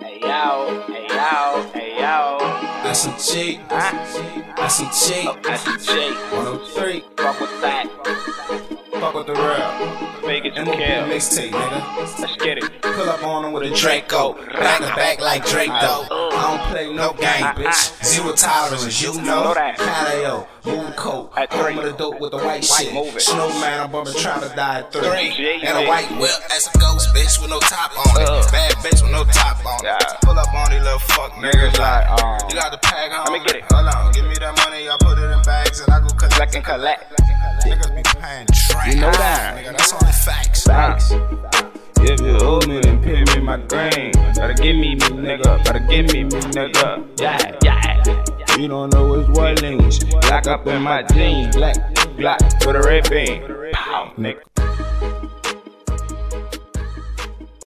yo, hey yo, hey yo. That's a cheat. That's a cheat. That's the J. 103. Fuck with that. Fuck with the real. Vegas and MOP Cal. mixtape, nigga. Let's get it. Pull up on him with a Draco. Back to back like Drake, though. I don't play no game, bitch. Zero tolerance, you know. Know that. Patio, moon coat. At three. Home of the dope with the white shit. move it. Snowman, I'm about to try to die at three. Three. And a white whip. That's a ghost, bitch, with no top Uh. on it. Bad bitch with no top on Yeah. it. Pull up on these little fuck niggas Niggas like. like, um, You got the pack on. me get it. Hold on, give me that money. I put it in bags and I go collect. Black and collect. Niggas be paying trash. You know that. Nigga, that's only facts. Facts. If you owe me, then pay me my grain. Better give me, me nigga. Better give me, me nigga. Yeah, yeah. You don't know it's white links. Black up in my jeans. Black, black, with a red bean. Pow, nigga.